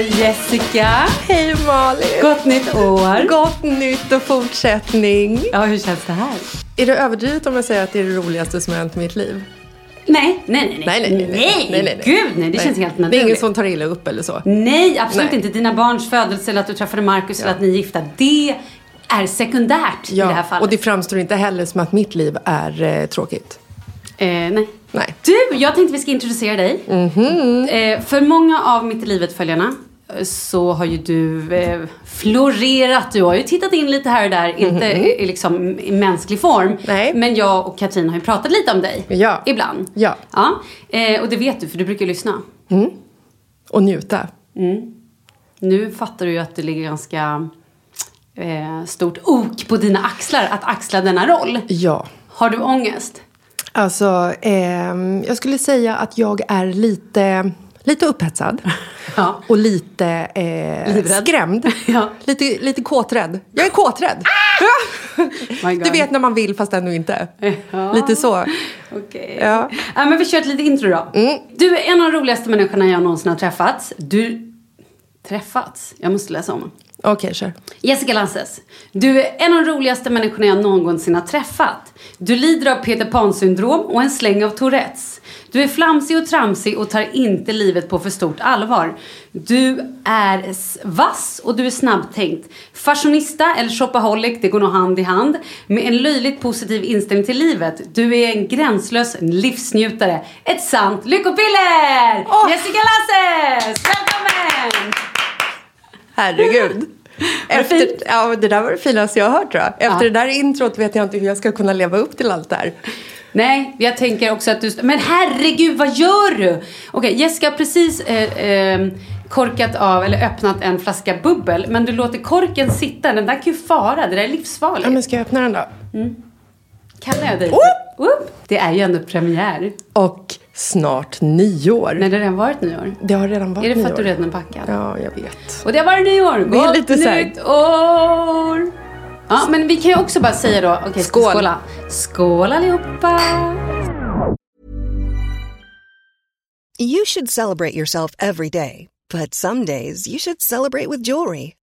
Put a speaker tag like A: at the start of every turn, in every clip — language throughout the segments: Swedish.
A: Jessica!
B: Hej Malin!
A: Gott nytt år!
B: Gott nytt och fortsättning!
A: Ja, hur känns det här?
B: Är det överdrivet om jag säger att det är det roligaste som har hänt i mitt liv?
A: Nej, nej, nej.
B: Nej, nej, nej, nej. Nej, nej, nej.
A: Gud, nej. Det känns helt
B: Det är ingen
A: naturligt.
B: som tar illa upp eller så?
A: Nej, absolut
B: Nej.
A: inte. Dina barns födelse eller att du träffade Marcus eller att ni är gifta. Det är sekundärt i det här fallet.
B: och det framstår inte heller som att mitt liv är eh, tråkigt.
A: Eh, nej.
B: Nej. Mhm.
A: Du, jag tänkte vi ska introducera dig. Eh, för många av Mitt i livet-följarna eh, så har ju du eh, florerat. Du har ju tittat in lite här och där, inte i, i liksom i mänsklig form.
B: Mhm. Nej.
A: Men jag och Katrin har ju pratat lite om dig.
B: Ja.
A: Ibland.
B: Ja.
A: ja. Eh, och det vet du, för du brukar ju lyssna.
B: Och njuta.
A: Nu fattar du ju att det ligger ganska eh, stort ok på dina axlar att axla denna roll.
B: Ja.
A: Har du ångest?
B: Alltså, ehm, jag skulle säga att jag är lite, lite upphetsad.
A: Ja.
B: Och lite eh,
A: Livrädd.
B: skrämd.
A: Ja.
B: Lite, lite kåträdd. Jag är kåträdd! Ah!
A: My God.
B: du vet när man vill fast ändå inte.
A: Ja.
B: Lite så.
A: Okej.
B: Ja.
A: Ja, men vi kör ett litet intro då. Du är en av de roligaste människorna jag någonsin har träffat. Du... Träffats? Jag måste läsa om.
B: Okej, kör.
A: Jessica Lanses, du är en av de roligaste människorna jag någonsin har träffat. Du lider av Peter Pan-syndrom och en släng av Tourettes. Du är flamsig och tramsig och tar inte livet på för stort allvar. Du är s- vass och du är snabbtänkt. Fashionista eller shopaholic, det går nog hand i hand. Med en löjligt positiv inställning till livet. Du är en gränslös livsnjutare. Ett sant lyckopiller!
B: Åh!
A: Jessica Lanses, välkommen!
B: Herregud. Efter, ja, men det där var det finaste jag har hört tror jag. Efter
A: Ja.
B: det där introt vet jag inte hur jag ska kunna leva upp till allt det här.
A: Nej, jag tänker också att du... st- Men herregud, vad gör du? Okej, Jessica har precis eh, eh, korkat av, eller öppnat en flaska bubbel. Men du låter korken sitta. Den där kan ju fara. Det där är livsfarligt.
B: Ja, men ska jag öppna den då?
A: Kallar jag dig?
B: Upp!
A: Upp! Det är ju ändå premiär.
B: Och snart nyår.
A: När det redan varit nyår.
B: Det har redan varit
A: Är det för att du
B: nyår.
A: redan är packad?
B: Ja, jag vet.
A: Och det har varit nyår!
B: Det är lite så här-
A: nytt år! Ja, men vi kan ju också bara säga då... Okej, ska vi
B: Skål.
A: skåla. Skål allihopa!
C: You should celebrate yourself every day, but some days you should celebrate with jewelry.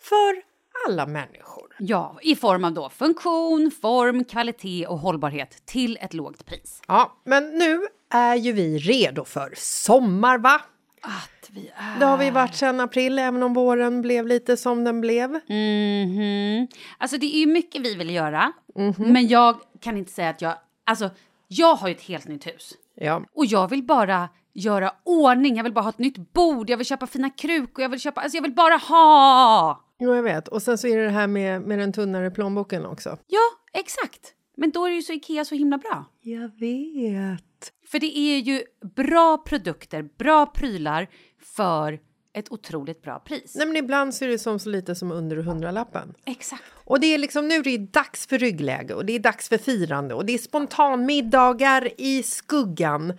B: för alla människor.
A: Ja, i form av då funktion, form, kvalitet och hållbarhet till ett lågt pris.
B: Ja, men nu är ju vi redo för sommar, va?
A: Att vi är...
B: Det har vi varit sedan april, även om våren blev lite som den blev.
A: Mm. Mhm. Alltså det är ju mycket vi vill göra, men jag kan inte säga att jag... Alltså, jag har ju ett helt nytt hus.
B: Ja.
A: Och jag vill bara göra ordning, jag vill bara ha ett nytt bord, jag vill köpa fina krukor, jag vill köpa... Alltså jag vill bara ha!
B: Jo, jag vet. Och sen så är det det här med, med den tunnare plånboken också.
A: Ja, exakt. Men då är ju så Ikea så himla bra.
B: Jag vet.
A: För det är ju bra produkter, bra prylar för ett otroligt bra pris.
B: Nej, men ibland så är det som så lite som under hundralappen.
A: Exakt.
B: Och det är liksom nu är det är dags för ryggläge och det är dags för firande och det är spontanmiddagar i skuggan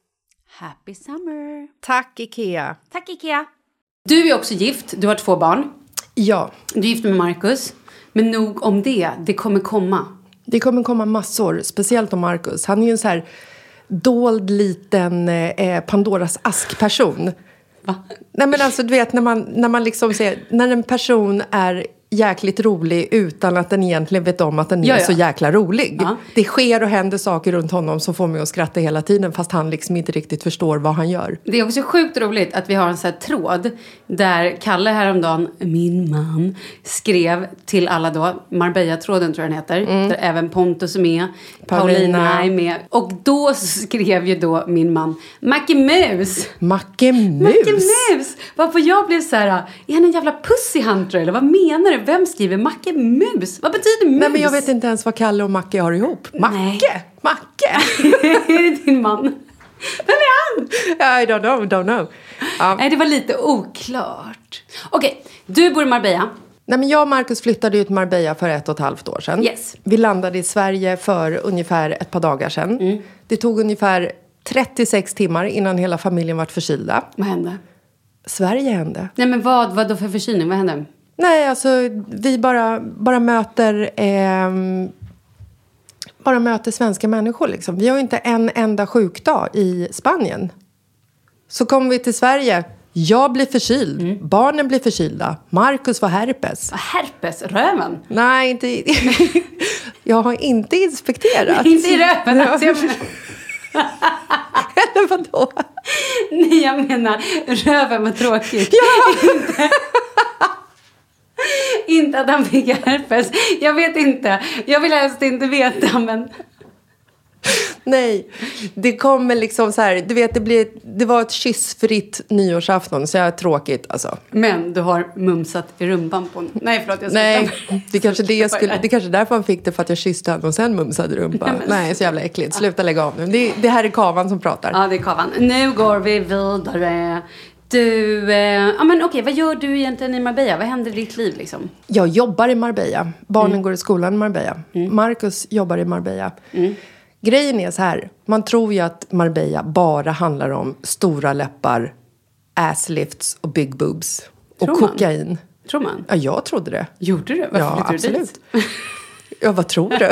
A: Happy summer!
B: Tack, Ikea.
A: Tack Ikea! Du är också gift, du har två barn.
B: Ja,
A: Du är gift med Marcus. Men nog om det, det kommer komma.
B: det kommer komma massor, speciellt om Marcus. Han är ju en så här dold liten eh, Pandoras ask-person.
A: Va?
B: Nej, men alltså, du vet, när man, när man liksom ser, när en person är jäkligt rolig utan att den egentligen vet om att den är
A: Ja, ja.
B: så jäkla rolig.
A: Ja.
B: Det sker och händer saker runt honom som får mig att skratta hela tiden fast han liksom inte riktigt förstår vad han gör.
A: Det är också sjukt roligt att vi har en sån här tråd där Kalle häromdagen, min man, skrev till alla då, Marbella-tråden tror jag den heter, där även Pontus är med, Paulina.
B: Mm. Paulina.
A: är med. Och då skrev ju då min man, Macke Mus!
B: Macke Mus!
A: Macke Mus! Varpå jag blev så här, är han en jävla pussy hunter eller vad menar du? Vem skriver Macke Mus? Vad betyder mus?
B: Nej men jag vet inte ens vad Kalle och Macke har ihop. Macke!
A: Nej.
B: Macke!
A: är det din man? Vem är han?
B: I don't know, don't know. Ja.
A: Nej, det var lite oklart. Okej, du bor i Marbella.
B: Nej, men jag och Marcus flyttade ut till Marbella för ett och ett halvt år sedan.
A: Yes.
B: Vi landade i Sverige för ungefär ett par dagar sedan. Det tog ungefär 36 timmar innan hela familjen vart förkylda.
A: Vad hände?
B: Sverige hände.
A: Nej men vad, vad då för förkylning? Vad hände?
B: Nej, alltså vi bara, bara möter... ehm, bara möter svenska människor. Liksom. Vi har ju inte en enda sjukdag i Spanien. Så kommer vi till Sverige. Jag blir förkyld. Barnen blir förkylda. Marcus får herpes.
A: Herpes, röven?
B: Nej, inte... i- jag har inte inspekterat.
A: Inte i röven
B: Ja.
A: alltså. Jag menar,
B: Eller vadå?
A: nej jag menar röven var tråkigt. Inte, inte att han fick herpes. Jag vet inte. Jag vill helst inte veta men.
B: Nej, det kommer liksom så här... Du vet, det, blir, det var ett kyssfritt nyårsafton, så jag är tråkigt alltså.
A: Men du har mumsat i rumpan på honom. Nej förlåt jag
B: Nej,
A: slutar.
B: det kanske det jag skulle...
A: Jag
B: Det kanske är därför han fick det, för att jag kysste honom och sen mumsade rumpan.
A: men-
B: Nej, så jävla äckligt. Sluta lägga av nu. Det, det här är kavan som pratar.
A: Ja det är kavan. Nu går vi vidare. Du, eh, ja men okej vad gör du egentligen i Marbella? Vad händer i ditt liv liksom?
B: Jag jobbar i Marbella. Barnen
A: Mm.
B: går i skolan i Marbella. Marcus jobbar i Marbella.
A: Mm.
B: Grejen är så här. Man tror ju att Marbella bara handlar om stora läppar, asslifts och big boobs. Och
A: Tror man?
B: kokain.
A: Tror man?
B: Ja, jag trodde det.
A: Gjorde du? Varför
B: ja,
A: flyttade du
B: absolut.
A: dit?
B: ja, vad tror du?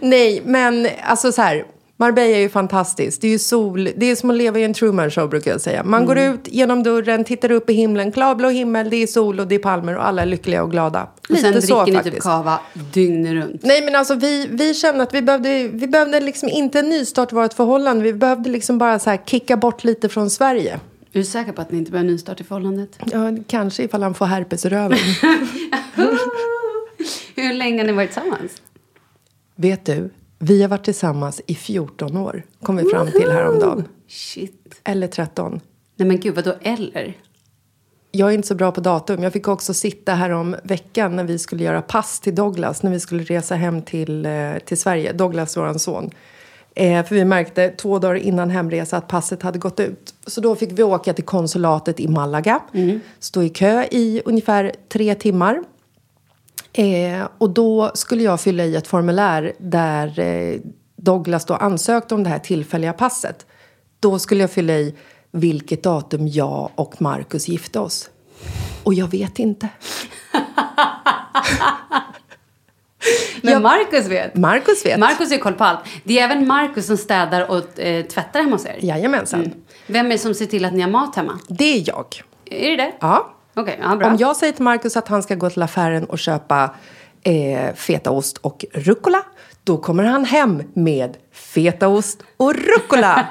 B: Nej, men alltså så här. Marbella är ju fantastiskt. Det är ju sol. Det är som att leva i en Truman show brukar jag säga. Man går ut genom dörren, tittar upp i himlen. Klarblå himmel, det är sol och det är palmer och alla är lyckliga och glada.
A: Och sen
B: Lite så
A: dricker ni
B: faktiskt.
A: typ kava dygnet runt.
B: Nej, men alltså vi, vi kände att vi behövde, vi behövde liksom inte en nystart i vårt förhållande. Vi behövde liksom bara så här kicka bort lite från Sverige.
A: Är du säker på att ni inte börjar nystart i förhållandet?
B: Ja, kanske ifall han får herpes i röven.
A: Hur länge har ni varit tillsammans?
B: Vet du, vi har varit tillsammans i 14 år, kom vi fram till häromdagen.
A: Shit.
B: Eller 13.
A: Nej men gud, vadå eller?
B: Jag är inte så bra på datum. Jag fick också sitta här om veckan när vi skulle göra pass till Douglas, när vi skulle resa hem till, eh, till Sverige, Douglas, vår son. Eh, för vi märkte två dagar innan hemresa att passet hade gått ut. Så då fick vi åka till konsulatet i Malaga, stå i kö i ungefär tre timmar. Eh, och då skulle jag fylla i ett formulär där eh, Douglas då ansökte om det här tillfälliga passet. Då skulle jag fylla i vilket datum jag och Marcus gifte oss. Och jag vet inte.
A: Men
B: Ja.
A: Marcus vet.
B: Marcus vet.
A: Marcus har ju koll på allt. Det är även Marcus som städar och eh, tvättar hemma hos er.
B: Jajamensan.
A: Mm. Vem är det som ser till att ni har mat hemma?
B: Det är jag.
A: Är det det?
B: Ja.
A: Okej, ja, bra.
B: Om jag säger till Marcus att han ska gå till affären och köpa eh, fetaost och rucola. Då kommer han hem med fetaost och rucola.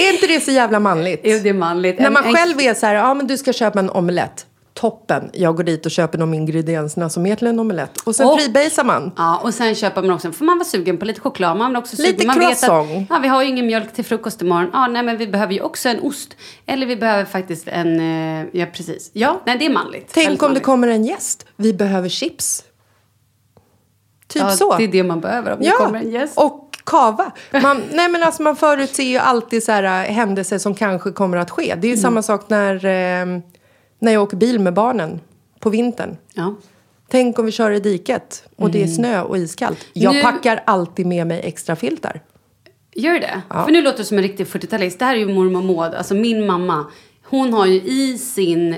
B: är inte det så jävla manligt?
A: Jo, det är manligt.
B: När
A: En-
B: man
A: en-
B: själv är så här, ja men du ska köpa en omelett. Toppen, jag går dit och köper de ingredienserna som är till en omelett. Och sen
A: Och-
B: freebasar man.
A: Ja, och sen köper man också, för man var sugen på lite choklad. Man var också sugen.
B: Lite
A: man
B: croissant.
A: ja, vi har ju ingen mjölk till frukost imorgon. Ja, nej, men vi behöver ju också en ost. Eller vi behöver faktiskt en, eh, ja precis. Ja, nej det är manligt. Väldigt
B: Tänk om det
A: manligt.
B: kommer en gäst. Vi behöver chips. Typ
A: ja,
B: så.
A: Det är det man behöver om det kommer en gäst.
B: och kava. Man, nej men alltså man förutser ju alltid så här, äh, händelser som kanske kommer att ske. Det är ju
A: Mm.
B: samma sak när, eh, när jag åker bil med barnen på vintern.
A: Ja.
B: Tänk om vi kör i diket och det är snö och iskallt. Jag
A: Mm. Nu-
B: packar alltid med mig extra filtar.
A: Gör det? För nu låter du som en riktig 40-talist. Det här är ju mormor Maud, alltså min mamma. Hon har ju i sin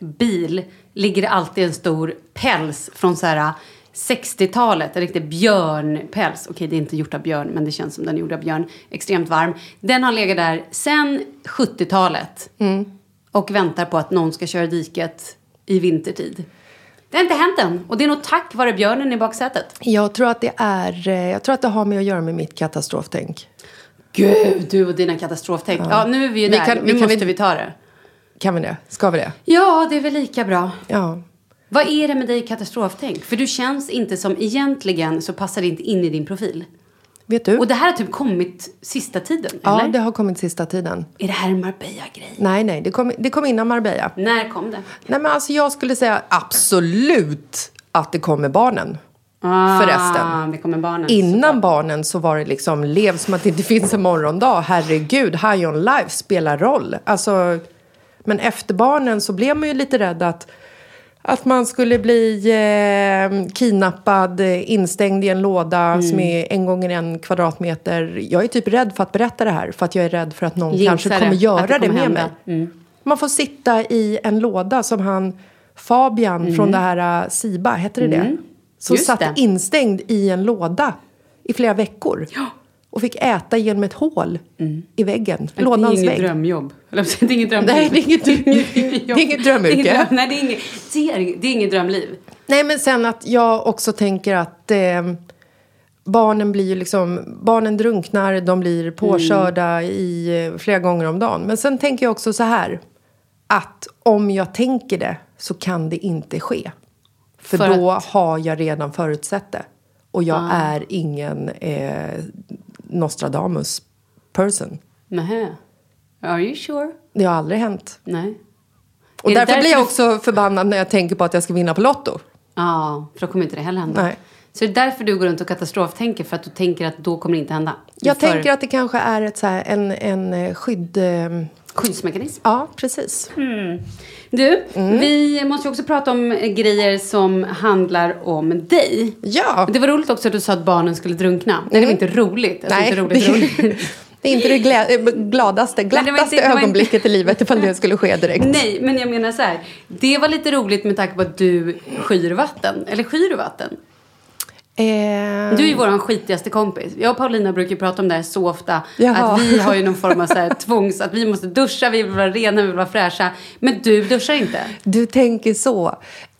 A: bil ligger det alltid en stor päls från så här 60-talet, en riktig björnpäls. Okej, det är inte gjort av björn, men det känns som den är gjord av björn. Extremt varm. Den har legat där sedan 70-talet och väntar på att någon ska köra diket i vintertid. Det har inte hänt än, och det är nog tack vare björnen i baksätet.
B: Jag tror att det är, eh, jag tror att det har med att göra med mitt katastroftänk.
A: Gud, du och dina katastroftänk. Ja, nu är vi ju
B: Vi
A: där.
B: kan-
A: nu
B: vi kan
A: måste
B: väl-
A: vi ta det.
B: Kan vi det? Ska vi det?
A: Ja, det är väl lika bra.
B: Ja.
A: Vad är det med dig i katastroftänk? För du känns inte som, egentligen så passar det inte in i din profil.
B: Vet du?
A: Och det här har typ kommit sista tiden,
B: ja,
A: eller?
B: det har kommit sista tiden.
A: Är det här en Marbella-grej?
B: Nej, nej, det kom, det kom innan Marbella.
A: När kom det?
B: Nej, men alltså jag skulle säga absolut att det kom med barnen. Förresten.
A: Ah, det kommer barnen.
B: Innan barnen så var det liksom lev som att det inte finns en morgondag. Herregud, high on life spelar roll. Alltså, men efter barnen så blev man ju lite rädd att, att man skulle bli eh, kidnappad, eh, instängd i en låda
A: Mm.
B: som är en gånger en kvadratmeter. Jag är typ rädd för att berätta det här för att jag är rädd för att någon
A: Jinxar
B: kanske
A: det,
B: kommer
A: att
B: göra
A: det
B: det,
A: kommer
B: med
A: hända.
B: mig. Mm. Man får sitta i en låda som han Fabian från det här eh, Siba, hette det det? Som
A: Mm. Just
B: satt
A: det.
B: instängd i en låda i flera veckor. Och fick äta genom ett hål i väggen,
A: Mm.
B: lådans
A: det är inget
B: vägg.
A: drömjobb. Eller, det är inget drömliv.
B: Nej, det är inget- det är inget drömyrke.
A: Det är inget dröm- Nej, det är inget, det är, det är inget drömliv.
B: Nej, men sen att jag också tänker att eh, barnen blir ju liksom... Barnen drunknar, de
A: Mm.
B: blir påkörda i, eh, flera gånger om dagen. Men sen tänker jag också så här. Att om jag tänker det så kan det inte ske. För,
A: För
B: då har jag redan förutsett det. Och jag är ingen eh, Nostradamus person.
A: Nähä. Are you sure?
B: Det har aldrig hänt.
A: Nej.
B: Och
A: Är det
B: därför, blir jag
A: du-
B: också förbannad när jag tänker på att jag ska vinna på Lotto.
A: Ja, för då kommer inte det heller hända.
B: Nej.
A: Så det är därför du går runt och katastroftänker, för att du tänker att då kommer det inte hända.
B: Jag
A: För-
B: tänker att det kanske är ett, så här, en, en eh, skydd... eh,
A: Skyddsmekanism.
B: Ja, precis.
A: Mm. Du,
B: Mm.
A: vi måste ju också prata om eh, grejer som handlar om dig.
B: Ja. Mm.
A: Det var roligt också att du sa att barnen skulle drunkna. Nej, det var inte roligt. Alltså,
B: Nej,
A: inte roligt,
B: det,
A: roligt.
B: det är inte det glä, eh,
A: var
B: gladaste,
A: inte-
B: glattaste
A: det var inte-
B: ögonblicket i livet ifall det skulle ske direkt.
A: Nej, men jag menar så här. Det var lite roligt med tanke på att du skyr vatten. Eller skyr du vatten?
B: Eh,
A: Du är ju vår skitigaste kompis. Jag och Paulina brukar ju prata om det här så ofta.
B: Jaha.
A: Att vi har ju någon form av så här tvångs... Att vi måste duscha, vi vill vara rena, vi vill vara fräscha. Men du duschar inte.
B: Du tänker så.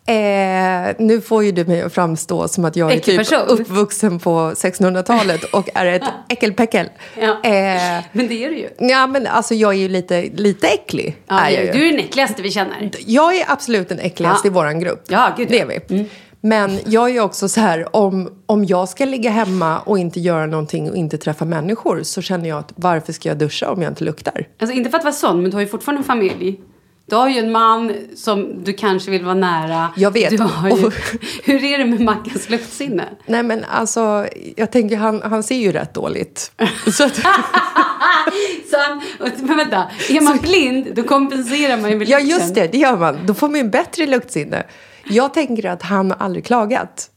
B: Eh, nu får ju du mig att framstå som att jag är typ
A: Äckelperson.
B: uppvuxen på 1600-talet och är ett äckelpäckel.
A: Ja.
B: Eh,
A: Men det är du ju.
B: ja, men alltså jag är ju lite, lite äcklig.
A: Ja,
B: är jag
A: du,
B: ju.
A: du är den äckligaste vi känner.
B: Jag är absolut den äckligaste
A: Ja.
B: i våran grupp.
A: Ja, gud, ja. Mm.
B: det är vi. Men jag är ju också så här, om, om jag ska ligga hemma och inte göra någonting och inte träffa människor så känner jag att varför ska jag duscha om jag inte luktar?
A: Alltså inte för att vara sån, men du har ju fortfarande en familj. Du har ju en man som du kanske vill vara nära.
B: Jag vet.
A: Du har ju,
B: Och-
A: hur är det med Mackans luktsinne?
B: Nej men alltså, jag tänker han, han ser ju rätt dåligt. Så att,
A: Så han, och- men vänta, är man blind då kompenserar man ju med
B: ja
A: lukten.
B: just det, det gör man. Då får man ju en bättre luktsinne. Jag tänker att han har aldrig klagat.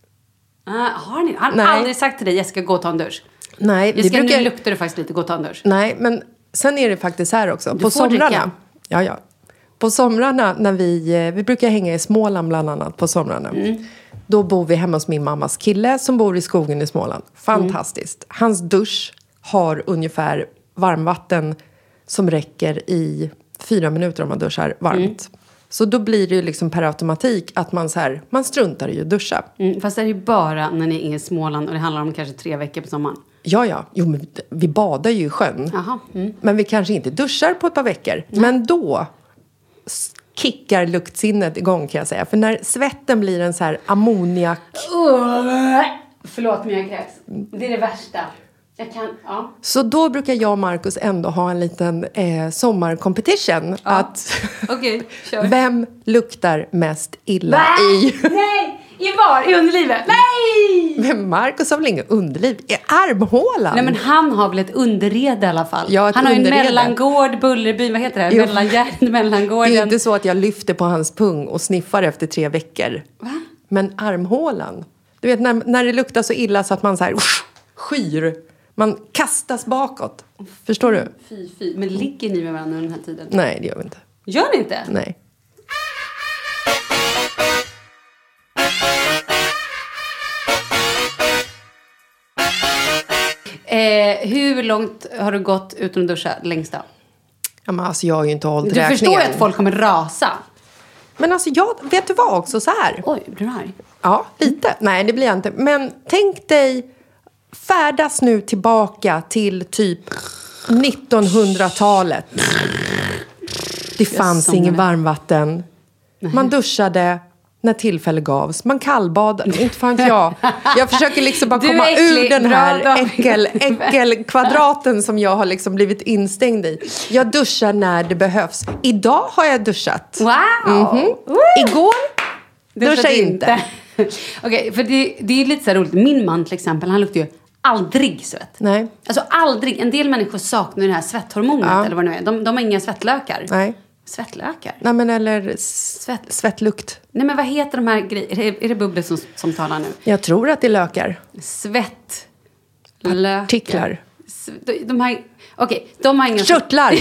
A: Ah, har ni? Han har
B: Nej.
A: aldrig sagt till dig, Jessica gå och ta en dusch.
B: Nej, det
A: Jessica,
B: brukar-
A: nu luktar du faktiskt lite, gå och ta en dusch.
B: Nej, men sen är det faktiskt här också. på
A: får dricka.
B: somrarna. Ja, ja. På somrarna när vi, eh, vi brukar hänga i Småland bland annat på somrarna.
A: Mm.
B: Då bor vi hemma hos min mammas kille som bor i skogen i Småland. Fantastiskt.
A: Mm.
B: Hans dusch har ungefär
A: Mm.
B: varmvatten som räcker i fyra minuter om man duschar varmt. Så då blir det ju liksom per automatik att man, så här, man struntar i att duscha.
A: Mm, fast det är ju bara när ni är i Småland och det handlar om kanske tre veckor på sommaren.
B: Ja, ja. Jo, men vi badar ju i sjön.
A: Jaha. Mm.
B: Men vi kanske inte duschar på ett par veckor. Men då s- kickar luktsinnet igång kan jag säga. För när svetten blir en så här ammoniak...
A: Förlåt men jag kräks. Det är det värsta. Jag kan, ja.
B: Så då brukar jag och Markus ändå ha en liten eh, sommarcompetition. Att
A: Okej, kör.
B: Vem luktar mest illa
A: Va?
B: i...
A: Nej! I var? I underlivet? Nej!
B: Men Markus har väl inget underliv? I armhålan?
A: Nej men han har väl ett underrede i alla fall?
B: Ja, ett
A: han har ju en
B: underrede.
A: mellangård, Bullerby, vad heter det?
B: Jo.
A: Mellangärd,
B: det är ju
A: mellangården.
B: inte så att jag lyfter på hans pung och sniffar efter tre veckor.
A: Va?
B: Men armhålan. Du vet när, när det luktar så illa så att man så här skyr. Man kastas bakåt. Förstår du?
A: Fy, fy. Men ligger ni med varandra under den här tiden?
B: Nej, det gör vi inte.
A: Gör ni inte?
B: Nej.
A: Eh, hur långt har du gått utan att duscha längst då?
B: Ja, men alltså jag har ju inte hållit
A: Du
B: räkningen.
A: förstår ju att folk kommer rasa.
B: Men alltså jag, vet du vad också så här.
A: Oj, blir du arg?
B: Ja, lite.
A: Mm.
B: Nej, det blir jag inte. Men tänk dig färdas nu tillbaka till typ 1900-talet. Det fanns
A: somnade.
B: inget varmvatten. Man duschade när tillfälle gavs. Man kallbadade. Inte fan jag. Jag försöker liksom bara
A: Du är
B: komma ur
A: äcklig.
B: den
A: Bra,
B: här
A: bra.
B: äckel, äckelkvadraten som jag har liksom blivit instängd i. Jag duschar när det behövs. Idag har jag duschat.
A: Wow!
B: Mhm. Igår duscha
A: Duschade
B: inte.
A: Okej, för det, det är lite så här roligt. Min man till exempel, han luktar ju aldrig svett.
B: Nej.
A: Alltså aldrig. En del människor saknar det här svetthormonet eller vad det nu är. De, de har inga svettlökar.
B: Nej.
A: Svettlökar?
B: Nej, men eller s-
A: Svett.
B: svettlukt.
A: Nej men vad heter de här grejerna? Är det bubblor som, som talar nu?
B: Jag tror att det är lökar.
A: Svett.
B: Partiklar.
A: De, de har... Okej, de har inga...
B: Körtlar!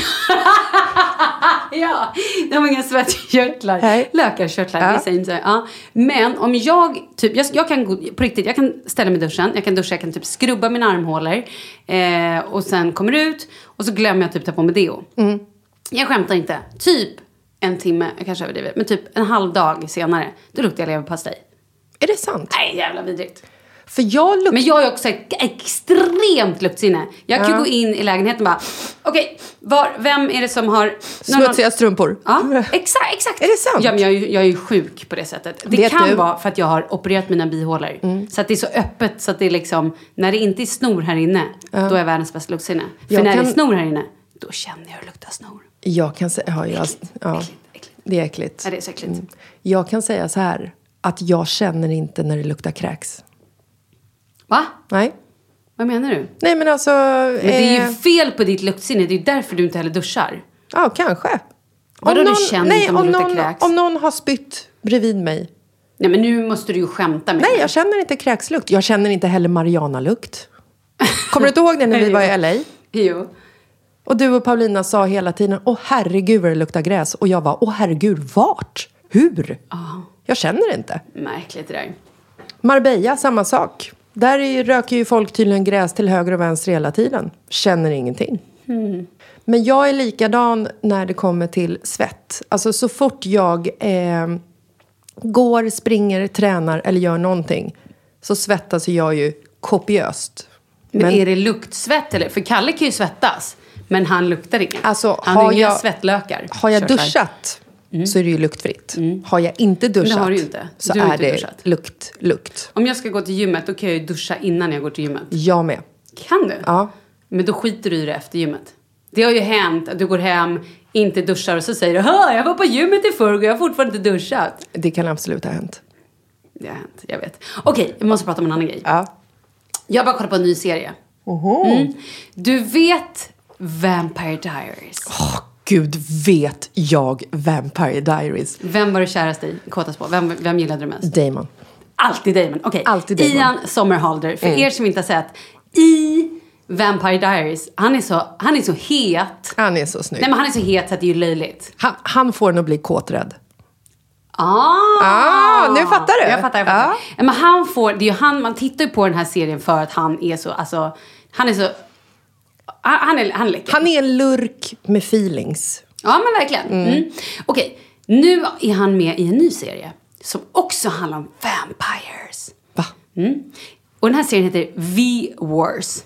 A: Ja, de har inga svettkörtlar.
B: Nej.
A: Lökarkörtlar,
B: Ja.
A: vi säger inte så. Ja. Men om jag, typ, jag, jag kan gå- på riktigt, jag kan ställa mig i duschen, jag kan duscha, jag kan typ skrubba mina armhålor eh, och sen kommer ut och så glömmer jag typ ta på mig deo.
B: Mm.
A: Jag skämtar inte. Typ en timme, jag kanske överdriver, men typ en halv dag senare, då luktar jag leverpastej.
B: Är det sant?
A: Nej, jävla vidrigt.
B: För jag luktar...
A: Men jag är också ett extremt luktsinne. Jag kan gå in i lägenheten och bara, okej, var vem är det som har...
B: Smutsiga strumpor.
A: Ja, exakt, exakt.
B: Är det sant?
A: Ja, men jag, är ju- jag är ju sjuk på det sättet. Det
B: Vet
A: kan
B: du- Mm.
A: vara för att jag har opererat mina bihålor. Så att det är så öppet så att det är liksom, när det inte är snor här inne, då är jag världens bästa luktsinne. För
B: Jag
A: när det
B: kan-
A: är snor här inne, då känner jag hur det luktar snor.
B: Jag kan säga... Ja, jag, ja, Mm.
A: äckligt.
B: det är äckligt.
A: Ja, det är så äckligt.
B: Jag kan säga så här, att jag känner inte när det luktar kräks.
A: Va?
B: Nej.
A: Vad menar du?
B: Nej, men alltså...
A: Men det är
B: eh,
A: ju fel på ditt luktsinne, det är ju därför du inte heller duschar.
B: Ja, kanske.
A: Vadå, du känner
B: nej,
A: inte om
B: om,
A: det luktar
B: någon,
A: kräks?
B: om någon har spytt bredvid mig.
A: Nej men nu måste du ju skämta med
B: Nej,
A: mig.
B: jag känner inte kräkslukt. Jag känner inte heller marijuanalukt. Kommer du inte ihåg det när vi var i LA?
A: Jo.
B: Och du och Paulina sa hela tiden, åh herregud vad det luktar gräs. Och jag var, åh herregud, vart? Hur? Jag känner det inte.
A: Märkligt det där.
B: Marbella, samma sak. Där är ju, röker ju folk tydligen gräs till höger och vänster hela tiden. Känner ingenting. Men jag är likadan när det kommer till svett. Alltså så fort jag eh, går, springer, tränar eller gör någonting så svettas jag ju kopiöst.
A: Men, är det luktsvett eller? För Kalle kan ju svettas. Men han luktar inget.
B: Alltså,
A: han
B: har
A: har inga
B: jag-
A: svettlökar.
B: Har jag
A: Körtlar.
B: duschat så är det ju luktfritt. Har jag inte duschat
A: har du ju inte.
B: så
A: Du har
B: är
A: inte
B: det
A: duschat.
B: lukt, lukt.
A: Om jag ska gå till gymmet, då kan jag ju duscha innan jag går till gymmet.
B: Jag med.
A: Kan du?
B: Ja.
A: Men då skiter du i det efter gymmet. Det har ju hänt att du går hem, inte duschar och så säger du Hör, jag var på gymmet i förrgår och jag har fortfarande inte duschat.
B: Det kan absolut ha hänt.
A: Det har hänt, jag vet. Okej, vi måste prata om en annan grej.
B: Ja.
A: Jag bara kollar på en ny serie. Mm. Du vet Vampire Diaries.
B: Gud vet jag Vampire Diaries.
A: Vem var du kärast i, kåtast på? Vem, vem gillade du mest?
B: Damon.
A: Alltid Damon. Okej,
B: Alltid Mm. Damon.
A: Ian Sommerhalder. För er som inte har sett, i Vampire Diaries, han är så, han är så het.
B: Han är så snygg.
A: Nej men han är så het så att det är ju löjligt.
B: han, han får en att bli kåträdd.
A: Ah!
B: Ah, nu fattar du.
A: Jag fattar, jag fattar.
B: Ja.
A: Nej, Men han får, det är ju han, man tittar ju på den här serien för att han är så, alltså, han är så, han, han är, han är läcker.
B: Han är en lurk med feelings.
A: Ja men verkligen. Mm. Okej, Nu är han med i en ny serie som också handlar om vampires.
B: Va?
A: Mm. Och den här serien heter V-Wars.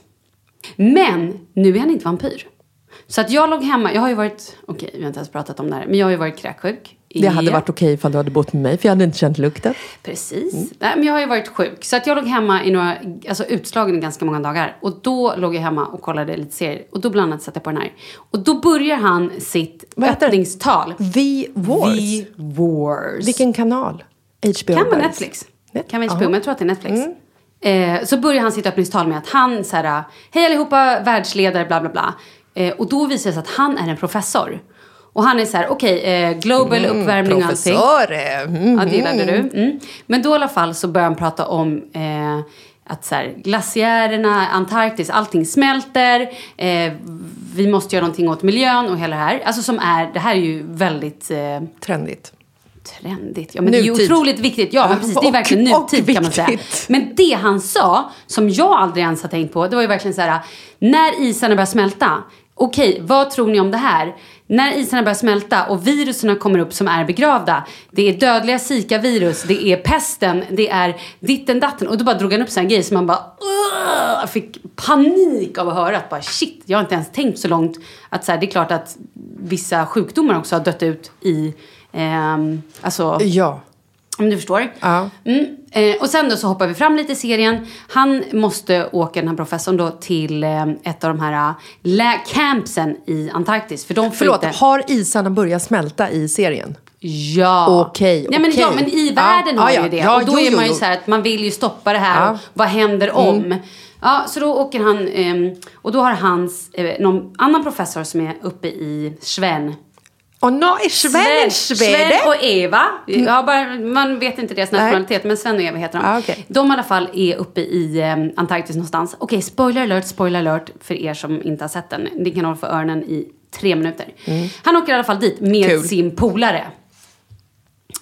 A: Men nu är han inte vampyr. Så att jag låg hemma, jag har ju varit, okej vi har inte ens pratat om det här, men jag har ju varit kräksjuk. i-
B: Det hade varit Mm. okej ifall du hade bott med mig för jag hade inte känt lukten.
A: Precis. Nej, men jag har ju varit sjuk. Så att jag låg hemma i några, alltså utslagen i ganska många dagar. Och då låg jag hemma och kollade lite serier. Och då bland annat satte jag på den här. Och då börjar han sitt
B: Vad heter den?
A: öppningstal.
B: The Wars.
A: The Wars.
B: Vilken kanal? HBO
A: Kan vara
B: Bergs.
A: Netflix.
B: Net-
A: Kan vara HBO,
B: Jaha.
A: men jag tror att det är Netflix. Eh, så börjar han sitt öppningstal med att han så här, hej allihopa, världsledare, bla bla bla. Eh, och då visar det sig att han är en professor. Och han är så här, okej, eh, global uppvärmning och allting.
B: Professor! eh, Mm.
A: Ja, det gillade du. Mm. Men då i alla fall så börjar han prata om eh, att så här, glaciärerna, Antarktis, allting smälter. Eh, vi måste göra någonting åt miljön och hela det här. Alltså som är, det här är ju väldigt eh,
B: Trendigt.
A: trendigt. Ja, men det är ju
B: Nutid.
A: otroligt viktigt. Ja, men precis. Det är
B: och-
A: verkligen
B: och
A: nutid kan man säga.
B: viktigt.
A: Men det han sa, som jag aldrig ens har tänkt på, det var ju verkligen så här. När isarna börjar smälta, okej, vad tror ni om det här? När isarna börjar smälta och viruserna kommer upp som är begravda. Det är dödliga zikavirus, det är pesten, det är ditten datten. Och då bara drog han upp sån här grej som man bara "Ugh!" Jag fick panik av att höra att bara shit, jag har inte ens tänkt så långt att så här, det är klart att vissa sjukdomar också har dött ut i ehm, alltså
B: Ja.
A: om du förstår.
B: Ja.
A: Mm. Eh, och sen då så hoppar vi fram lite i serien. Han måste åka, den här professorn då, till eh, ett av de här eh, lä- campsen i Antarktis. För de får
B: Förlåt,
A: inte...
B: har isarna börjat smälta i serien?
A: Ja.
B: Okej,
A: Nej, men,
B: okej.
A: Ja, men i
B: Ja,
A: världen har
B: ja,
A: ju
B: ja.
A: det.
B: Ja,
A: och då
B: jo,
A: är
B: jo,
A: man ju
B: jo.
A: så här att man vill ju stoppa det här.
B: Ja. Mm.
A: Och vad händer om? Ja, så då åker han ehm, och då har hans, eh, någon annan professor som är uppe i Sven.
B: Och no, i Sverige, Sverige.
A: Sven och Eva. Ja, bara, man vet inte deras nationalitet, men Sven och Eva heter de.
B: Ah, okej.
A: De i alla fall är uppe i eh, Antarktis någonstans. Okej, spoiler alert, spoiler alert för er som inte har sett den. Ni kan hålla för öronen i tre minuter. Han åker i alla fall dit med
B: Kul.
A: sin polare.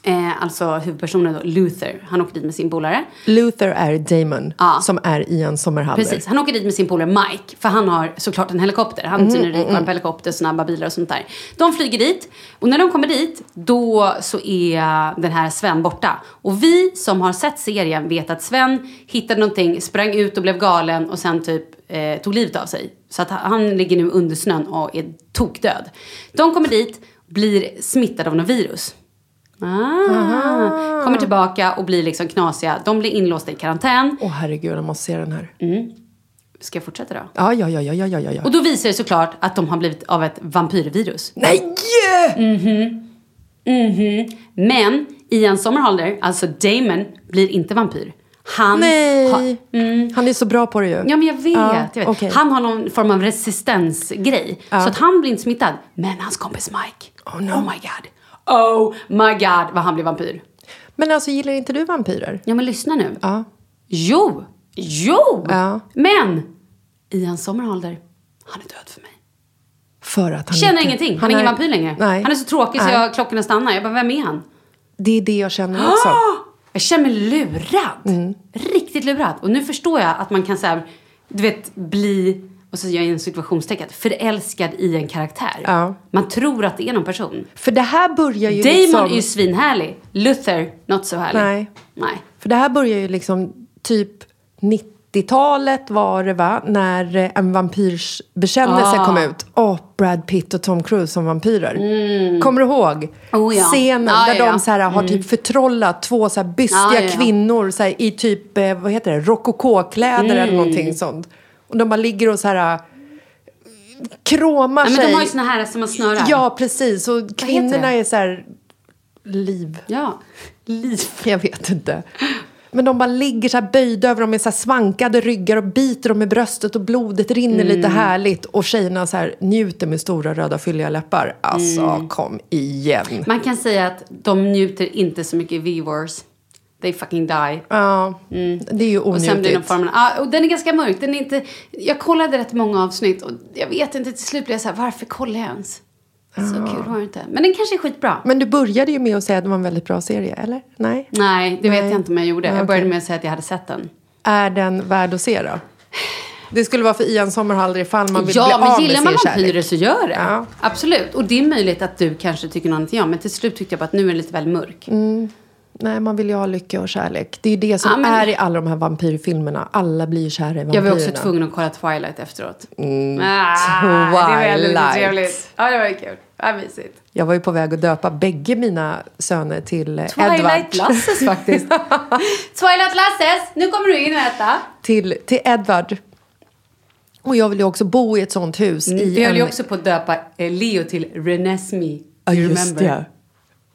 A: Eh, alltså huvudpersonen då, Luther. Han åker dit med sin polare.
B: Luther är Damon
A: Ja.
B: som är Ian Sommerhalder.
A: Precis, han åker dit med sin polare Mike. För han har såklart en helikopter. Han är tydligen rik och har en helikopter, snabba bilar och sånt där. De flyger dit. Och när de kommer dit, då så är den här Sven borta. Och vi som har sett serien vet att Sven hittade någonting, sprang ut och blev galen och sen typ eh, tog livet av sig. Så att han ligger nu under snön och är tokdöd. De kommer dit, blir smittade av något virus. Ah, kommer tillbaka och blir liksom knasiga. De blir inlåsta i karantän.
B: Åh herregud, jag måste se den här.
A: Ska jag fortsätta då?
B: Ja, ja, ja, ja, ja, ja, ja, ja.
A: Mm. Och då visar det såklart att de har blivit av ett vampyrvirus.
B: Nej!
A: Mm.
B: Mhm.
A: Men Ian Sommerhalder, alltså Damon, blir inte vampyr. Han har...
B: Nej! Han är så bra på det ju.
A: mm. Ja men jag vet,
B: Ja,
A: jag vet.
B: okej.
A: Han har någon form av resistensgrej. Så att han blir inte smittad. Men hans kompis Mike. Oh, no. my god. Oh my god vad han blir vampyr.
B: Men alltså, gillar inte du vampyrer?
A: Ja men lyssna nu. Jo, jo.
B: Ja.
A: Men Ian Sommerhalder, han är död för mig.
B: För att han
A: Känner
B: inte...
A: ingenting, han, är ingen vampyr längre.
B: Nej.
A: Han är så tråkig så
B: Nej.
A: jag, klockorna stannar. Jag bara, vem är han?
B: Det är det jag känner också.
A: Ah! Jag känner mig lurad.
B: Mm.
A: Riktigt lurad. Och nu förstår jag att man kan så här, du vet, bli, och så gör jag en situationstecken, förälskad i en karaktär.
B: Ja.
A: Man tror att det är någon person.
B: För det här börjar ju
A: Damon
B: liksom...
A: är ju svinhärlig. Luther, not so härlig.
B: Nej.
A: Nej.
B: För det här börjar ju liksom typ 90-talet var det va? När eh, en vampyrs bekännelse
A: Ah.
B: kom ut. Åh, Brad Pitt och Tom Cruise som vampyrer. Kommer du ihåg?
A: Mm. Oh, ja.
B: Scenen
A: Ja,
B: där
A: ja, ja.
B: de så här, har typ förtrollat två så här bystiga
A: Ja, ja, ja.
B: kvinnor så här, i typ, eh, vad heter det, rokokokläder eller
A: Mm.
B: någonting sånt. Och de bara ligger och så här eh, kråmar
A: Nej,
B: sig.
A: men de har ju såna här som man snörar.
B: Ja, precis. Och
A: heter
B: kvinnorna
A: det?
B: är så här liv.
A: Ja. Liv.
B: Jag vet inte. Men de bara ligger så här böjda över dem med så här svankade ryggar och biter dem i bröstet och blodet rinner
A: Mm.
B: lite härligt. Och tjejerna så här njuter med stora röda fylliga läppar. Alltså,
A: Mm.
B: kom igen.
A: Man kan säga att de njuter inte så mycket i V-Wars. They fucking die.
B: Ja, det är ju
A: Mm. Och sen blir den
B: onjutigt.
A: formen, ah, och den är ganska mörk. Den är inte, jag kollade rätt många avsnitt och jag vet inte, till slut blev jag så här, varför kollar jag ens? Så kul var det inte. Men den kanske är skitbra.
B: Men du började ju med att säga att det var en väldigt bra serie, eller? Nej?
A: Nej, det vet
B: Nej.
A: jag inte om jag gjorde.
B: Nej,
A: Jag började
B: okej.
A: med att säga att jag hade sett den.
B: Är den värd att se då? det skulle vara för Ian Sommerhalder ifall man vill bli
A: ja,
B: av
A: men
B: med
A: gillar
B: sin
A: man
B: kärlek.
A: vampyrer så gör det.
B: Ja.
A: Absolut. Och det är möjligt att du kanske tycker något annat än jag. Men till slut tyckte jag bara att nu är det lite väl mörk.
B: Mm. Nej, man vill ju ha lycka och kärlek. Det är ju det som
A: Ja, men-
B: är i alla de här vampyrfilmerna. Alla blir ju kära i vampyrerna. Mm.
A: Jag var också tvungen att kolla Twilight efteråt. Ah, Det var
B: Twilight.
A: lite trevligt. Ja, det var ju kul. Vad mysigt.
B: Jag var ju på väg att döpa bägge mina söner till eh, Edward.
A: Twilight Lasses faktiskt. Twilight Lasses, nu kommer du in och äta.
B: till, till Edward. Och jag vill ju också bo i ett sånt hus. I
A: Vi höll Mm, ju
B: en-
A: också på att döpa eh, Leo till Renesmee.
B: Ja, just det.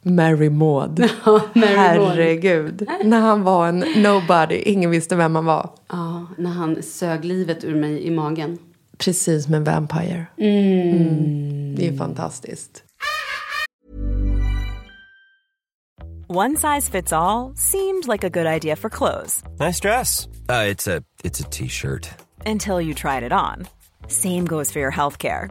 B: Mary Maud.
A: Ja, Mary Maud.
B: Herregud. När han var en nobody, ingen visste vem han var.
A: Ja, när han sög livet ur mig i magen.
B: Precis med Vampire. Mm. Det är fantastiskt.
D: One size fits all seemed like a good idea for clothes
E: Nice dress. Uh, it's a it's a t-shirt.
D: until you tried it on. Same goes for your healthcare.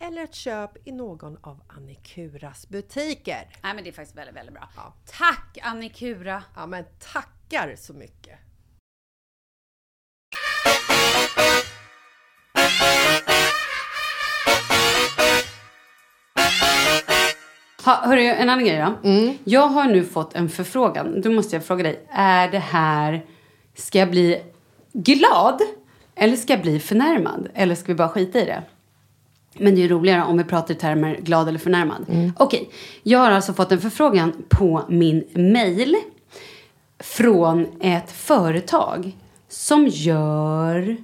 F: eller ett köp i någon av Annikuras butiker.
A: Nej men det är faktiskt väldigt, väldigt bra. Tack Annikura!
F: Ja men tackar så mycket!
A: Ha, hörru, en annan grej då. Jag har nu fått en förfrågan. Då måste jag fråga dig. Är det här... Ska jag bli glad? Eller ska jag bli förnärmad? Eller ska vi bara skita i det? Men det är ju roligare om vi pratar i termer glad eller förnärmad. Okej, jag har alltså fått en förfrågan på min mail. Från ett företag som gör...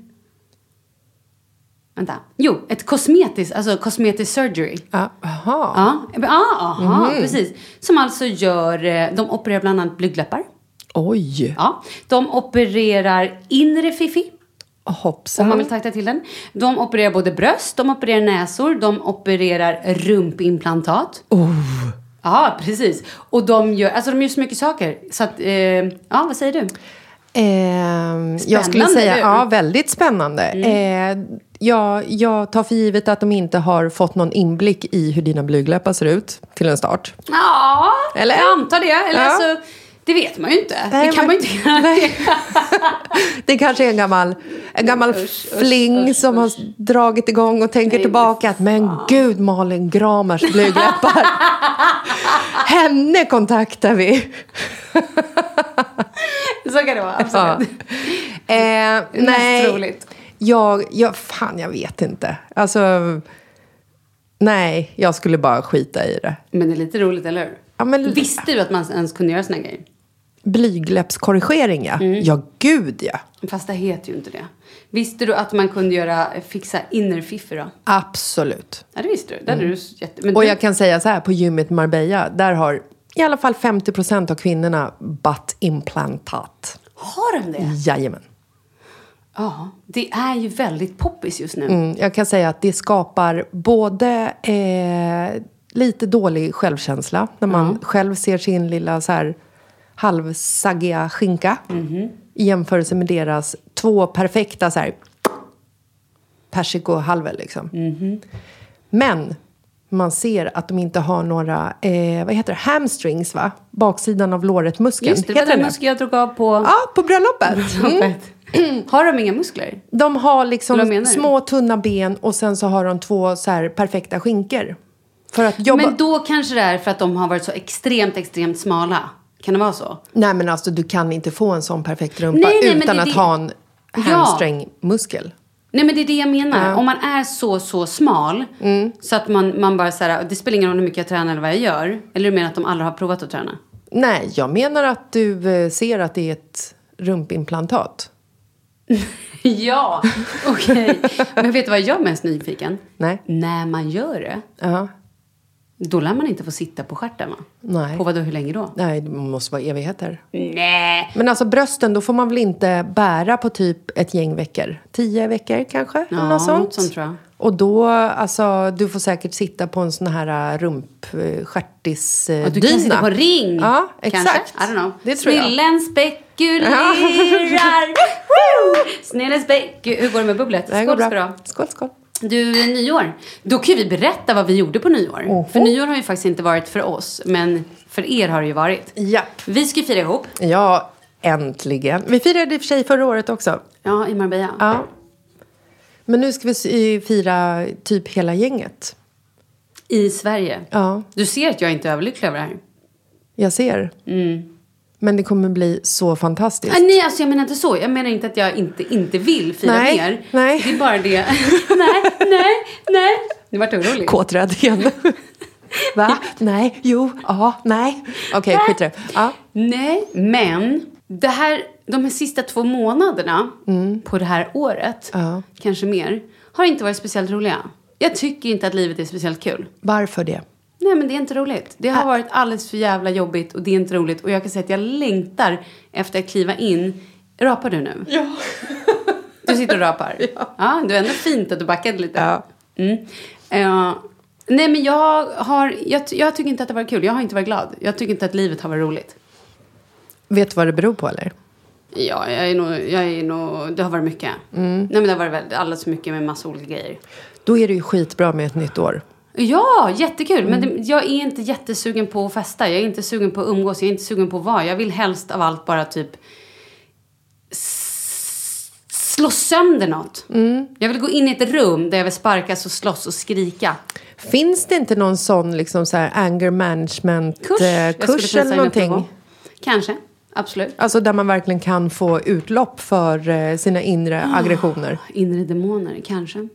A: Vänta. Jo, ett kosmetiskt, alltså kosmetisk surgery.
F: Jaha.
A: Ja, ja, men- ah, aha,
B: Mhm.
A: precis. Som alltså gör, eh, de opererar bland annat blygdläppar.
B: Oj!
A: Ja. De opererar inre fiffi, om
B: Hoppsan.
A: man vill takta till den. De opererar både bröst, de opererar näsor, de opererar rumpimplantat. Oh. Ja, precis. Och de gör, alltså de gör så mycket saker. Så att, eh, ja, vad säger du?
B: Ehm, jag skulle
A: Spännande, Mm.
B: säga,
A: eller hur?
B: ja, väldigt spännande. Eh, jag, jag tar för givet att de inte har fått någon inblick i hur dina blygdläppar ser ut till en start.
A: Ja,
B: Eller?
A: jag antar det. Eller
B: Ja.
A: alltså, det vet man ju inte.
B: Nej,
A: det kan
B: men-
A: man ju inte göra.
B: Det kanske är en gammal, en gammal fling som har dragit igång och tänker tillbaka att men gud Malin Gramers blygdläppar. Henne kontaktar vi.
A: Så kan det vara,
B: Ja.
A: absolut.
B: Eh, nej.
A: roligt.
B: Jag, jag, fan jag vet inte. Alltså, nej, jag skulle bara skita i det.
A: Men det är lite roligt, eller hur?
B: Ja, men-
A: Visste du att man ens kunde göra såna grejer?
B: Blygläppskorrigering ja. Ja, gud ja.
A: Fast det heter ju inte det. Visste du att man kunde göra, fixa innerfiffer då?
B: Absolut.
A: Ja, det visste du. Det hade du jätte... Men
B: Mm. Och
A: du...
B: jag kan säga så här, på gymmet Marbella, där har i alla fall 50 av kvinnorna butt implantat.
A: Har de
B: Mm.
A: det?
B: Jajamän.
A: Ja. Det är ju väldigt poppis just nu.
B: Mm, jag kan säga att det skapar både eh, lite dålig självkänsla när man själv ser sin lilla så här halvsaggiga skinka
A: Mhm.
B: i jämförelse med deras två perfekta så här persikohalvor liksom.
A: Mhm.
B: Men man ser att de inte har några, eh, vad heter det, hamstrings va? Baksidan av låret-muskeln.
A: Just det, det var
B: Heter
A: den
B: den
A: muskeln jag drog av på...
B: Ja, på bröllopet. Mm.
A: Har de inga muskler?
B: De har
A: Eller vad menar
B: liksom
A: du?
B: små tunna ben och sen så har de två så här perfekta skinkor. För att jobba...
A: Men då kanske det är för att de har varit så extremt, extremt smala. Kan det vara så?
B: Nej men alltså du kan inte få en sån perfekt rumpa
A: Nej, nej, men
B: utan
A: det-
B: att
A: det-
B: ha en
A: Ja.
B: hamstringmuskel.
A: Nej men det är det jag menar. Om man är så, så smal.
B: Mm.
A: Så att man, man bara så här, det spelar ingen roll hur mycket jag tränar eller vad jag gör. Eller du menar att de aldrig har provat att träna?
B: Nej, jag menar att du eh, ser att det är ett rumpimplantat.
A: Ja, okej. Men vet du vad jag är mest nyfiken?
B: Nej.
A: När man gör det,
B: Ja.
A: då lär man inte få sitta på stjärten va?
B: Nej.
A: På vadå, hur länge då?
B: Nej, det måste vara evigheter.
A: Nej.
B: Men alltså brösten, då får man väl inte bära på typ ett gäng veckor? Tio veckor kanske?
A: Ja,
B: eller något sånt.
A: något sånt tror jag.
B: Och då, alltså, du får säkert sitta på en sån här äh, rumpstjärtisdyna.
A: Ja, du kan sitta på en ring.
B: Eh, Ja, exakt.
A: Kanske? I don't know.
B: Det tror jag.
A: Snillen spekulerar. Woo! Snillen spekulerar. Hur går det med bubblet?
B: Det här går
A: Skål
B: bra.
A: ska du ha.
B: Skål, skål.
A: Du, nyår. Då kan ju vi berätta vad vi gjorde på nyår.
B: Oho.
A: För nyår har ju faktiskt inte varit för oss, men för er har det ju varit.
B: Japp.
A: Vi ska ju fira ihop.
B: Ja, äntligen. Vi firade i och för sig förra året också.
A: Ja, i Marbella.
B: Ja. Men nu ska vi s- eh, fira typ hela gänget.
A: I Sverige.
B: Ja,
A: Du ser att jag inte är överlycklig över det här.
B: jag ser.
A: Mm.
B: Men det kommer bli så fantastiskt.
A: Ah, nej, alltså jag menar inte så. Jag menar inte att jag inte, inte vill fira
B: Nej,
A: mer.
B: nej.
A: Det är bara det. nej, nej, nej. Nu vart jag orolig.
B: Kåträdd igen. Va? Nej, jo, ja, nej. Okej, skit i det. Ja.
A: Nej, men det här, de här sista två månaderna på det här året,
B: Mm. Ja.
A: kanske mer, har inte varit speciellt roliga. Jag tycker inte att livet är speciellt kul.
B: Varför det?
A: Nej, men det är inte roligt. Det har varit alldeles för jävla jobbigt och det är inte roligt. Och jag kan säga att jag längtar efter att kliva in. Rapar du nu? Ja. Du sitter och rapar? Ja. ja det var ändå fint att du backade lite. Ja. Mm. Eh, nej, men jag, har, jag, ty- jag tycker inte att det var kul. Jag har inte varit glad. Jag tycker inte att livet har varit roligt.
B: Vet du vad det beror på eller?
A: Ja, jag är nog, jag är nog, det har varit mycket. Nej, men det har varit väldigt, alldeles för mycket med massa olika grejer.
B: Då är det ju skitbra med ett nytt år.
A: Ja, jättekul. Men
B: Mm.
A: det, jag är inte jättesugen på att festa. Jag är inte sugen på att umgås. Jag är inte sugen på att vara. Jag vill helst av allt bara typ s- slå sönder något.
B: Mm.
A: Jag vill gå in i ett rum där jag vill sparkas och slåss och skrika.
B: Finns det inte någon sån liksom så här anger management-kurs
A: Kurs.
B: eh,
A: Jag skulle kunna
B: kurs
A: signa upp
B: eller
A: mig på.
B: någonting?
A: Kanske. Absolut.
B: Alltså där man verkligen kan få utlopp för eh, sina inre
A: Ah.
B: aggressioner.
A: Inre demoner, kanske.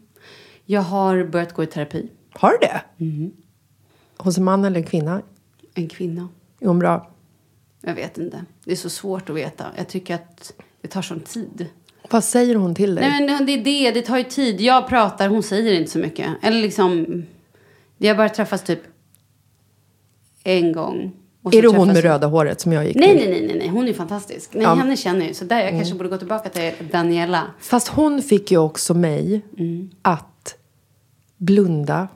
A: Jag har börjat gå i terapi.
B: Har du det?
A: Mm.
B: Hos en man eller en kvinna?
A: En kvinna.
B: Är hon bra?
A: Jag vet inte. Det är så svårt att veta. Jag tycker att det tar sån tid.
B: Vad säger hon till dig?
A: Nej, men det är det. Det tar ju tid. Jag pratar, hon säger inte så mycket. Eller liksom... Vi har bara träffats typ en gång. Och så
B: är det hon
A: träffas
B: med
A: vi-
B: röda håret som jag gick
A: Nej, nej,
B: till?
A: nej, nej, nej. Hon är fantastisk. Nej,
B: Ja. Mm.
A: henne känner jag ju. Så där, jag kanske borde gå tillbaka till Daniela.
B: Fast hon fick ju också mig att blunda.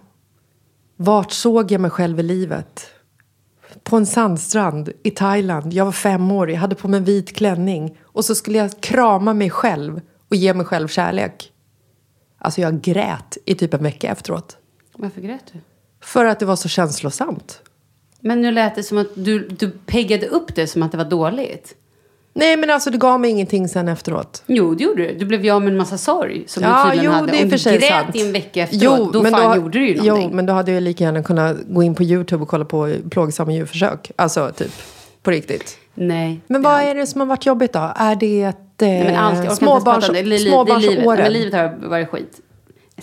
B: Vart såg jag mig själv i livet? På en sandstrand i Thailand. Jag var fem år, jag hade på mig en vit klänning. Och så skulle jag krama mig själv och ge mig själv kärlek. Alltså jag grät i typ en vecka efteråt.
A: Varför grät du?
B: För att det var så känslosamt.
A: Men nu lät det som att du, du peggade upp det som att det var dåligt.
B: Nej men alltså det gav mig ingenting sen efteråt.
A: Jo, det gjorde du. Du blev ju av med en massa sorg som
B: Ja,
A: du tydligen
B: jo,
A: hade.
B: det är i
A: Om
B: och för sig
A: du grät
B: sant.
A: i en vecka efteråt, då fan gjorde du ju någonting.
B: Jo, men då hade jag lika gärna kunnat gå in på YouTube och kolla på plågsamma djurförsök. Alltså, typ, på riktigt.
A: Nej.
B: Men vad är det som har varit jobbigt då? Är det att eh,
A: Nej, men allt, jag orkar
B: småbarns,
A: inte ens prata om det. Det är, li- det är livet. Nej,
B: småbarnsåren?
A: men livet har varit skit.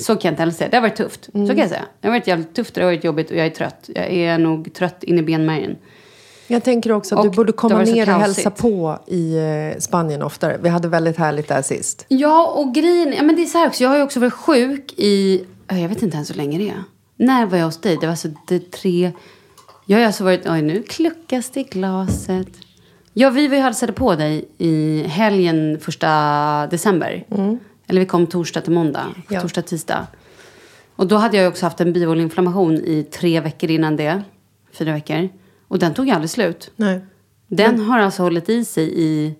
A: Så kan jag inte heller säga. Det har varit tufft. Så kan jag säga. Det har varit jävligt tufft, det har varit jobbigt och jag är trött. Jag är nog trött in i benmärgen.
B: jag tänker också att
A: Och
B: du borde
A: det har
B: komma
A: varit så
B: ner och
A: kaosigt.
B: hälsa på i eh, Spanien oftare. Vi hade väldigt härligt där sist.
A: Ja, och grejen ja, men det är så här också. Jag har ju också varit sjuk i... eh, Jag vet inte ens hur länge det är. När var jag hos dig? Det var alltså det tre... Jag har alltså varit... Oj, nu kluckas det i glaset. Ja, vi var ju och hälsade på dig i helgen första december. Eller vi kom torsdag till måndag.
B: Ja.
A: Torsdag, tisdag. Och då hade jag ju också haft en bihåleinflammation i tre veckor innan det. Fyra veckor. Och den tog ju aldrig slut.
B: Nej.
A: Den har alltså hållit i sig i...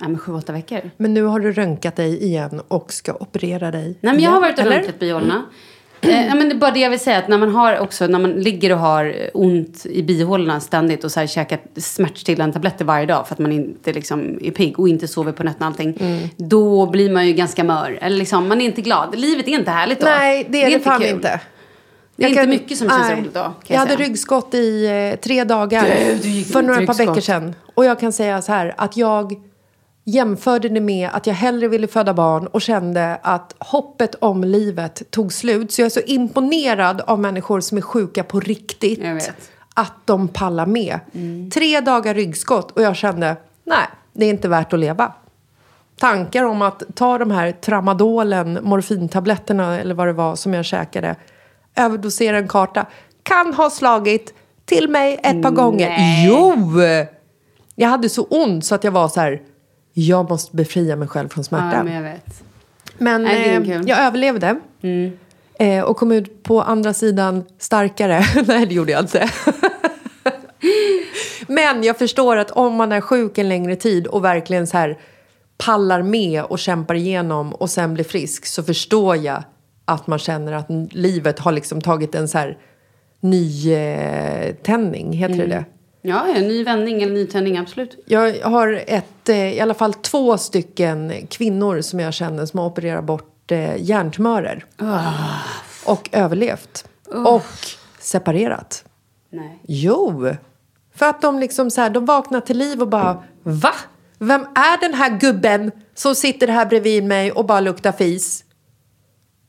A: Nej, men sju, åtta veckor.
B: Men nu har du röntgat dig igen och ska operera dig.
A: Nej, men jag har
B: igen,
A: varit och
B: eller?
A: röntgat bihålorna. Eh, ja, men det är bara det jag vill säga, att när man, har också, när man ligger och har ont i bihålorna ständigt och så här käkat smärtstillande tabletter varje dag för att man inte liksom är pigg och inte sover på nätterna och allting,
B: Mm.
A: då blir man ju ganska mör. Eller liksom, man är inte glad. Livet är inte härligt då.
B: Nej, det är det, fan
A: kul.
B: inte.
A: Det är
B: Jag kan-
A: inte mycket som känns
B: nej.
A: roligt då, kan
B: jag
A: jag,
B: hade
A: säga.
B: ryggskott i eh, tre dagar för
A: ut
B: några par
A: ryggskott.
B: veckor sedan. Och jag kan säga så här att jag jämförde det med att jag hellre ville föda barn och kände att hoppet om livet tog slut. Så jag är så imponerad av människor som är sjuka på riktigt.
A: Jag vet. Mm.
B: Att de pallar med. Tre dagar ryggskott och jag kände nej, det är inte värt att leva tankar om att ta de här tramadolen, morfintabletterna eller vad det var som jag käkade, överdosera en karta, kan ha slagit till mig ett par gånger. Jo! Jag hade så ont så att jag var så här, jag måste befria mig själv från
A: Ja,
B: smärtan.
A: men jag vet.
B: Men
A: Nej, det är
B: eh,
A: kul. Mm.
B: jag överlevde. Eh, och kom ut på andra sidan starkare. Nej, det gjorde jag inte. Men jag förstår att om man är sjuk en längre tid och verkligen så här pallar med och kämpar igenom och sen blir frisk så förstår jag att man känner att n- livet har liksom tagit en så här ny eh, tändning, heter det
A: Mm.
B: det?
A: Ja, ja, ny vändning eller ny tändning, absolut.
B: Jag har ett, eh, i alla fall två stycken kvinnor som jag känner som har opererat bort eh, hjärntumörer. Och överlevt. Och separerat.
A: Nej.
B: Jo! För att de liksom så här, de vaknar till liv och bara va? Vem är den här gubben som sitter här bredvid mig och bara luktar fis?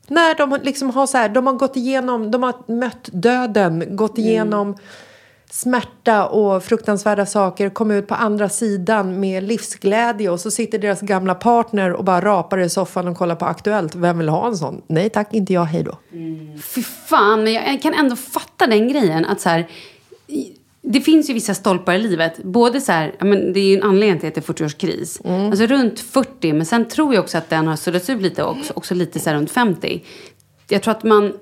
B: När de liksom har så här, de har gått igenom, de har mött döden, gått igenom smärta och fruktansvärda saker, kom ut på andra sidan med livsglädje och så sitter deras gamla partner och bara rapar i soffan och kollar på Aktuellt. Vem vill ha en sån? Nej tack, inte jag, hej då.
A: Fy fan, men jag kan ändå fatta den grejen. Att så här, i- det finns ju vissa stolpar i livet. Både så här, ja, men det är ju en anledning till att det är 40-årskris. Alltså runt 40, men sen tror jag också att den har suddats ut lite också, också lite så här runt 50. Jag tror att man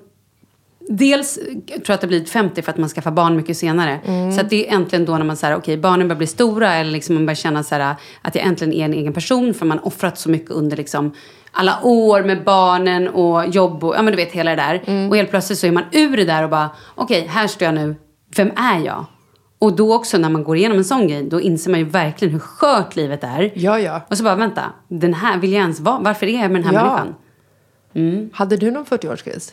A: Dels tror jag att det blir ett 50 för att man skaffar barn mycket senare.
B: Mm.
A: Så att det är äntligen då när man säger okej barnen börjar bli stora eller liksom man börjar känna så här, att jag äntligen är en egen person för man har offrat så mycket under liksom alla år med barnen och jobb och ja men du vet hela det där.
B: Mm.
A: Och helt plötsligt så är man ur det där och bara okej här står jag nu, vem är jag? Och då också när man går igenom en sån grej då inser man ju verkligen hur skört livet är.
B: Ja, ja.
A: Och så bara vänta, den här vill jag ens vara, varför är jag med den här
B: Ja.
A: människan?
B: Hade du någon 40-årskris?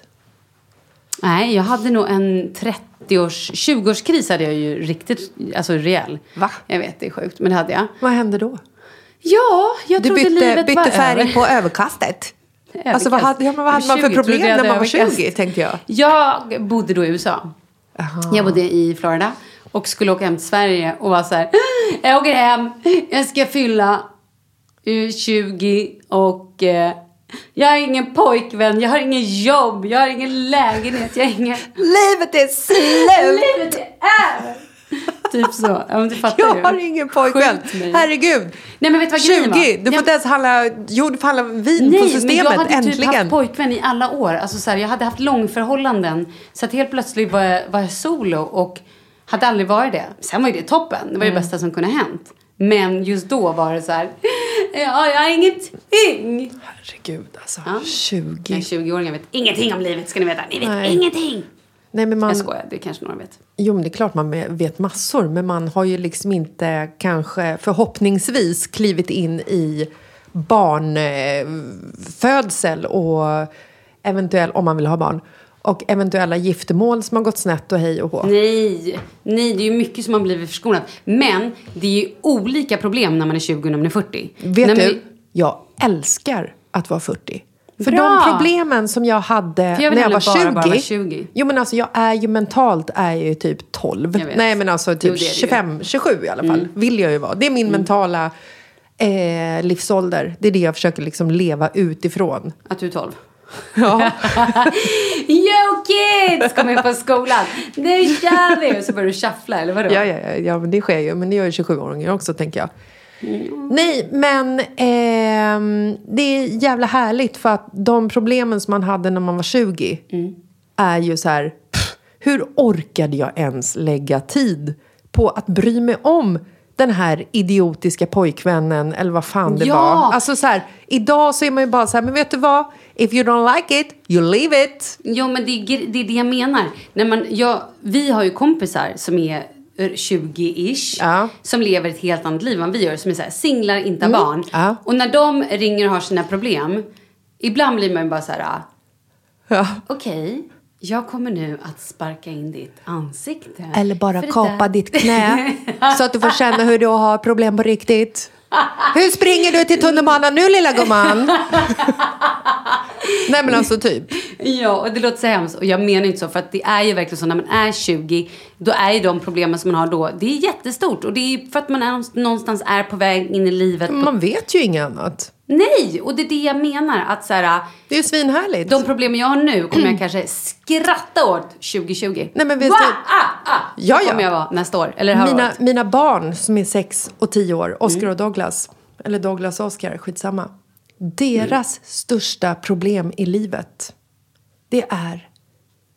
A: Nej, jag hade nog en 30-års... 20-årskris hade jag ju riktigt, alltså rejäl.
B: Va?
A: Jag vet, det är sjukt, men det hade jag.
B: Vad hände då?
A: Ja, jag
B: Du
A: trodde
B: bytte,
A: livet var
B: bytte färg
A: över.
B: på överkastet. Alltså, vad hade, ja, men vad hade man för
A: 20 trodde
B: problem
A: jag
B: när
A: hade
B: man var
A: överkast.
B: 20, tänkte jag?
A: Jag bodde då i USA. Jag bodde i Florida och skulle åka hem till Sverige och var så här. "Äh, Jag åker hem, jag ska fylla eh, 20 och eh, jag har ingen pojkvän, jag har ingen jobb, jag har ingen lägenhet, jag har ingen...
B: Livet är slut!
A: Livet är över! Typ så. Ja, men du fattar
B: Jag
A: ju.
B: har ingen pojkvän.
A: Skjut mig.
B: Herregud.
A: Nej, men vet du vad
B: 20,
A: grejen var?
B: du får
A: Nej,
B: inte ens handla, jo, du får handla vin på
A: Nej, men jag
B: systemet.
A: hade typ
B: Äntligen.
A: haft pojkvän i alla år. Alltså så här, jag hade haft långförhållanden. Så att helt plötsligt var jag, var jag solo och hade aldrig varit det. Sen var ju det toppen. Det var ju
B: Mm.
A: det bästa som kunde ha hänt. Men just då var det så här. Ja, jag har ingenting.
B: Herregud, alltså.
A: Ja.
B: 20.
A: Jag är 20-åring, jag vet ingenting om livet ska ni veta. Ni vet
B: Nej.
A: ingenting.
B: Nej, men
A: Jag
B: man,
A: skojar, det kanske några vet.
B: Jo, men det är klart man vet massor, men man har ju liksom inte kanske förhoppningsvis klivit in i barnfödsel och eventuell, om man vill ha barn, och eventuella giftermål som har gått snett och hej och hå.
A: Nej, nej, det är ju mycket som man blivit förskonad. Men det är ju olika problem när man är 20 och när man är 40.
B: Vet
A: när
B: du,
A: man,
B: jag älskar att vara 40. För
A: Bra!
B: de problemen som jag hade
A: För jag vill
B: när jag var
A: hellre
B: 20,
A: bara vara 20.
B: Jo men alltså jag är ju mentalt är jag ju typ 12.
A: Jag vet.
B: Nej men alltså
A: Jo,
B: typ
A: det är det ju. Mm.
B: 25, 27 i alla fall. Vill jag ju vara. Det är min mentala eh, livsålder. Det är det jag försöker liksom leva utifrån.
A: Att du är 12.
B: Ja.
A: Yo kids! Kom in på skolan. Nu kör vi! Och så börjar du shuffla, eller vadå?
B: Ja, ja, ja, ja men det sker ju. Men det gör ju 27-åringar också, tänker jag. Nej, men ehm, det är jävla härligt för att de problemen som man hade när man var 20 är ju så här... Pff, hur orkade jag ens lägga tid på att bry mig om den här idiotiska pojkvännen eller vad fan det
A: Ja.
B: var? Alltså så här, idag så är man ju bara så här, men vet du vad? If you don't like it, you leave it.
A: Jo, men det är, gre- det är det jag menar. När man, jag, vi har ju kompisar som är eh, 20-ish.
B: Ja. Mm.
A: Som lever ett helt annat liv än vi gör. Som är så här, singlar, inte har barn.
B: Ja.
A: Och när de ringer och har sina problem. Ibland blir man ju bara så här. ah,
B: Ja.
A: Okej, jag kommer nu att sparka in ditt ansikte.
B: Eller bara
A: För det
B: kapa
A: där-
B: ditt knä så att du får känna hur du har problem på riktigt. Hur springer du till tunnelbanan nu lilla gumman? Nej men alltså typ.
A: Ja, och det låter så hemskt. Och jag menar inte så, för att det är ju verkligen så när man är 20, då är ju de problemen som man har då, det är jättestort. Och det är ju för att man är, någonstans är på väg in i livet. På...
B: Man vet ju inget annat.
A: Nej! Och det är det jag menar, att så här,
B: Det är ju svinhärligt.
A: de problemen jag har nu kommer jag kanske skratta åt 2020.
B: Nej, men vet
A: Wah,
B: du-
A: ah, ah,
B: Ja, ja.
A: kommer jag vara nästa år, eller det här
B: mina,
A: året.
B: mina barn som är sex och tio
A: Mm.
B: år, Oscar och Douglas, eller Douglas och Oscar, skitsamma.
A: Mm.
B: Deras största problem i livet, det är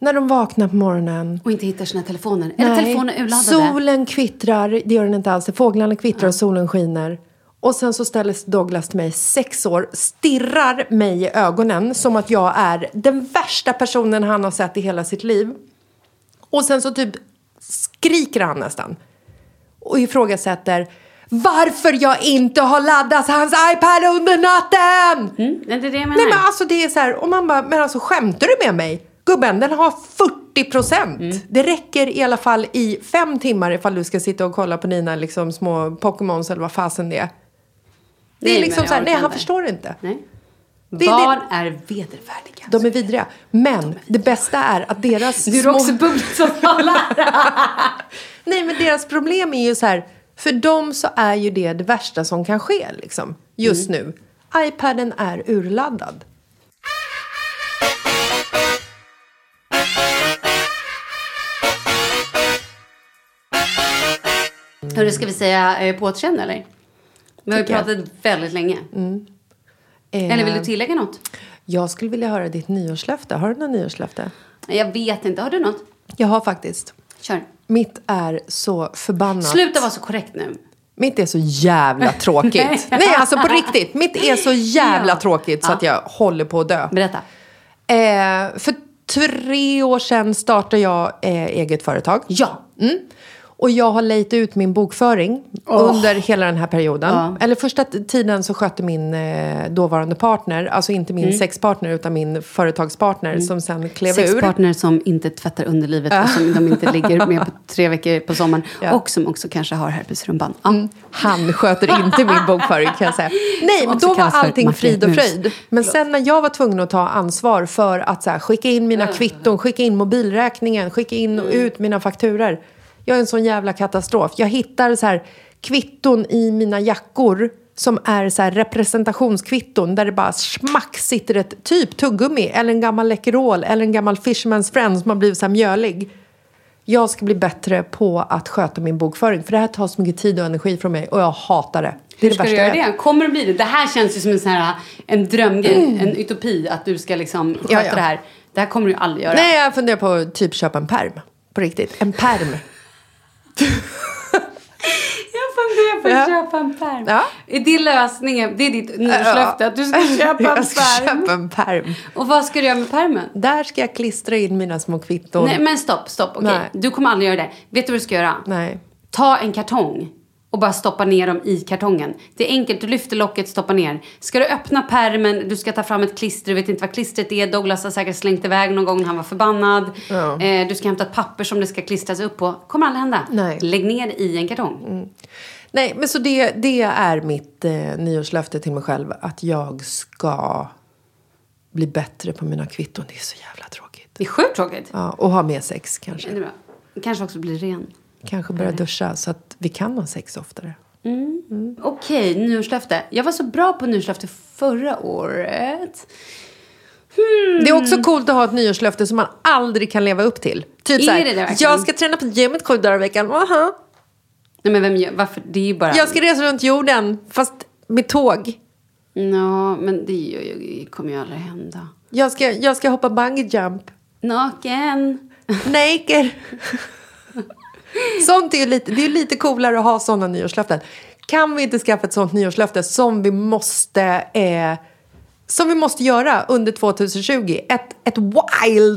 B: när de vaknar på morgonen
A: Och inte hittar sina telefoner. Eller
B: Nej.
A: telefoner urladdade.
B: Solen kvittrar, det gör den inte alls. Fåglarna kvittrar och solen skiner. Och sen så ställer sig Douglas till mig, sex år, stirrar mig i ögonen som att jag är den värsta personen han har sett i hela sitt liv. Och sen så typ skriker han nästan. Och ifrågasätter varför jag inte har laddat hans iPad under natten!
A: Mm, det är det jag menar.
B: Nej men alltså det är så här, och man bara, men alltså skämtar du med mig? Gubben, den har 40 procent.
A: Mm.
B: Det räcker i alla fall i fem timmar ifall du ska sitta och kolla på dina liksom, små Pokémons eller vad fasen det är. Det
A: Nej,
B: är
A: men
B: liksom
A: jag
B: så här, nej
A: orkar
B: han
A: inte.
B: förstår inte.
A: Nej.
B: det-
A: Barn är vedervärdiga.
B: De är vidriga. Men det bästa är att deras
A: Du är
B: små...
A: också bubbligt som talar.
B: Nej men deras problem är ju så här, för dem så är ju det det värsta som kan ske liksom, just
A: Mm.
B: nu. Ipaden är urladdad.
A: Hörru, ska vi säga eh, på återseende eller? Vi har ju
B: Tycker jag.
A: pratat väldigt länge.
B: Eh,
A: Eller vill du tillägga något?
B: Jag skulle vilja höra ditt nyårslöfte. Har du något nyårslöfte?
A: Jag vet inte. Har du något?
B: Jag har faktiskt.
A: Kör.
B: Mitt är så förbannat...
A: Sluta vara så korrekt nu.
B: Mitt är så jävla tråkigt.
A: Nej.
B: Nej, alltså på riktigt. Mitt är så jävla
A: Ja.
B: tråkigt så
A: Ja.
B: att jag håller på att dö.
A: Berätta.
B: Eh, för tre år sedan startade jag eh, eget företag.
A: Ja.
B: Mm. Och jag har lejt ut min bokföring under hela den här perioden. Eller första t- tiden så skötte min eh, dåvarande partner, alltså inte
A: Mm.
B: min sexpartner utan min företagspartner som sen klev ur.
A: Sexpartner som inte tvättar underlivet och som de inte ligger med på tre veckor på sommaren. Och som också kanske har herpesrumpan. Ja.
B: Mm. Han sköter inte min bokföring kan jag säga. Nej,
A: Som
B: men
A: också
B: då var
A: kallas för
B: allting
A: Martin
B: frid och
A: Mus.
B: fröjd. Men sen när jag var tvungen att ta ansvar för att så här, skicka in mina kvitton, skicka in mobilräkningen, skicka in
A: Mm.
B: och ut mina fakturer. Jag är en sån jävla katastrof. Jag hittar så här, kvitton i mina jackor som är så här, representationskvitton där det bara smack sitter ett typ tuggummi eller en gammal Läkerol eller en gammal Fisherman's Friend som har blivit så här mjölig. Jag ska bli bättre på att sköta min bokföring. För det här tar så mycket tid och energi från mig och jag hatar det. Det är
A: Hur
B: det
A: ska
B: värsta
A: du
B: jag
A: göra
B: vet.
A: det? Kommer det bli det? Det här känns ju som en, sån här, en drömgrej, en utopi. Att du ska liksom sköta
B: Ja, ja.
A: det här. Det här kommer du ju aldrig göra.
B: Nej, jag funderar på att typ köpa en perm. På riktigt. En perm.
A: Jag funderar på att
B: Ja.
A: köpa en pärm.
B: Ja.
A: Är det lösningen? Det är ditt nyårslöfte att du ska
B: Ja.
A: köpa en
B: Jag ska
A: pärm.
B: köpa en perm.
A: Och vad ska du göra med pärmen?
B: Där ska jag klistra in mina små kvitton.
A: Nej men stopp, stopp. Okej,
B: Nej.
A: du kommer aldrig göra det. Vet du vad du ska göra?
B: Nej.
A: Ta en kartong och bara stoppa ner dem i kartongen. Det är enkelt, du lyfter locket, stoppar ner. Ska du öppna pärmen, du ska ta fram ett klister, du vet inte vad klistret är. Douglas har säkert slängt iväg någon gång när han var förbannad.
B: Ja.
A: Eh, du ska hämta ett papper som det ska klistras upp på. kommer aldrig hända.
B: Nej. Mm.
A: Lägg ner det i en kartong.
B: Nej, men så det, det är mitt eh, nyårslöfte till mig själv. Att jag ska bli bättre på mina kvitton. Det är så jävla tråkigt.
A: Det är sjukt tråkigt.
B: Ja, och ha mer sex
A: Det
B: kanske.
A: är bra. Kanske också bli ren.
B: Kanske börja duscha så att vi kan ha sex oftare.
A: Okej, nyårslöfte. Jag var så bra på nyårslöfte förra året. Hmm.
B: Det är också coolt att ha ett nyårslöfte som man aldrig kan leva upp till. Typ
A: Är
B: såhär,
A: det det verkligen?
B: jag ska träna på gymmet sju dagar i veckan. Aha.
A: Nej men vem gör, varför? Det är ju bara...
B: Jag ska resa runt jorden, fast med tåg.
A: Nå, men det gör ju- kommer ju aldrig hända.
B: Jag ska, jag ska hoppa bungee jump.
A: Naken.
B: Naked. Sånt är ju lite, det är ju lite coolare att ha sådana nyårslöften. Kan vi inte skaffa ett sånt nyårslöfte som vi måste, eh, som vi måste göra under 2020? Ett, ett wild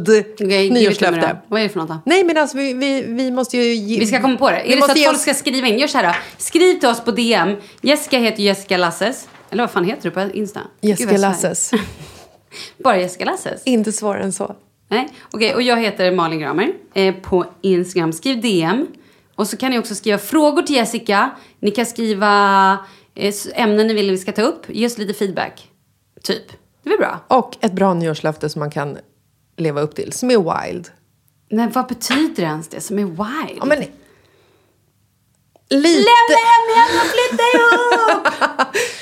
A: Okej, ge ett
B: nyårslöfte.
A: nummer då. Vad är det för något då?
B: Nej men alltså vi, vi, vi måste ju... ge-
A: Vi ska komma på det.
B: Vi
A: Är det så
B: måste
A: att
B: ge
A: folk
B: oss-
A: ska skriva in? Gör så här då. Skriv till oss på DM. Jessica heter Jessica Lasses. Eller vad fan heter du på Insta?
B: Jessica
A: Gud, vad jag svär.
B: Lasses.
A: bara Jessica Lasses?
B: Inte svårare än så.
A: Nej, okej. och jag heter Malin Gramer eh, på Instagram. Skriv DM. Och så kan ni också skriva frågor till Jessica. Ni kan skriva eh, s- ämnen ni vill vi ska ta upp. Ge oss lite feedback. Typ. Det är väl bra?
B: Och ett bra nyårslöfte som man kan leva upp till, som är wild.
A: Men vad betyder ens det som är wild?
B: Ja, men... Lite...
A: Lämna hem hem och flytta ihop!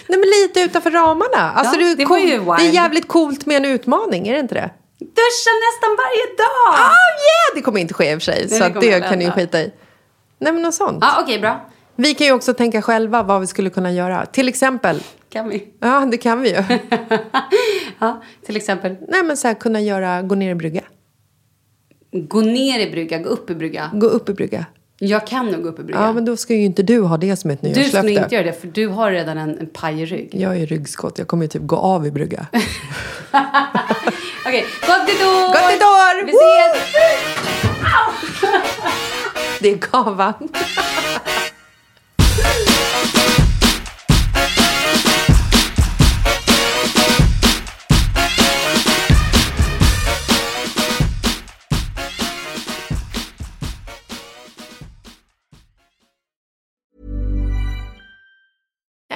B: Nej, men lite utanför ramarna. Alltså,
A: Ja,
B: det, är
A: det var ju
B: coolt- det är
A: wild.
B: jävligt coolt med en utmaning, är det inte det?
A: Duscha nästan varje dag!
B: Ah, yeah! Det kommer inte ske i och för sig,
A: det
B: så att
A: kommer
B: det
A: aldrig
B: kan ni ju
A: hända.
B: skita i. Nej, men något sånt.
A: Ja, okej, bra.
B: Vi kan ju också tänka själva vad vi skulle kunna göra. Till exempel,
A: Kan vi?
B: ja det kan vi ju.
A: ja, till exempel,
B: Nej, men så här, kunna göra, gå ner i brygga.
A: gå ner i brygga, gå upp i brygga.
B: Gå upp i brygga.
A: Jag kan nog gå upp i brygga.
B: Ja, men då ska ju inte du ha det som ett
A: du
B: nyårslöfte.
A: ska nog inte göra det, för du har redan en, en pajerygg.
B: Jag är ryggskott, jag kommer ju typ gå av i brygga.
A: Okej, gott nytt år!
B: Gott nytt år!
A: Vi ses!
B: Det är gavan.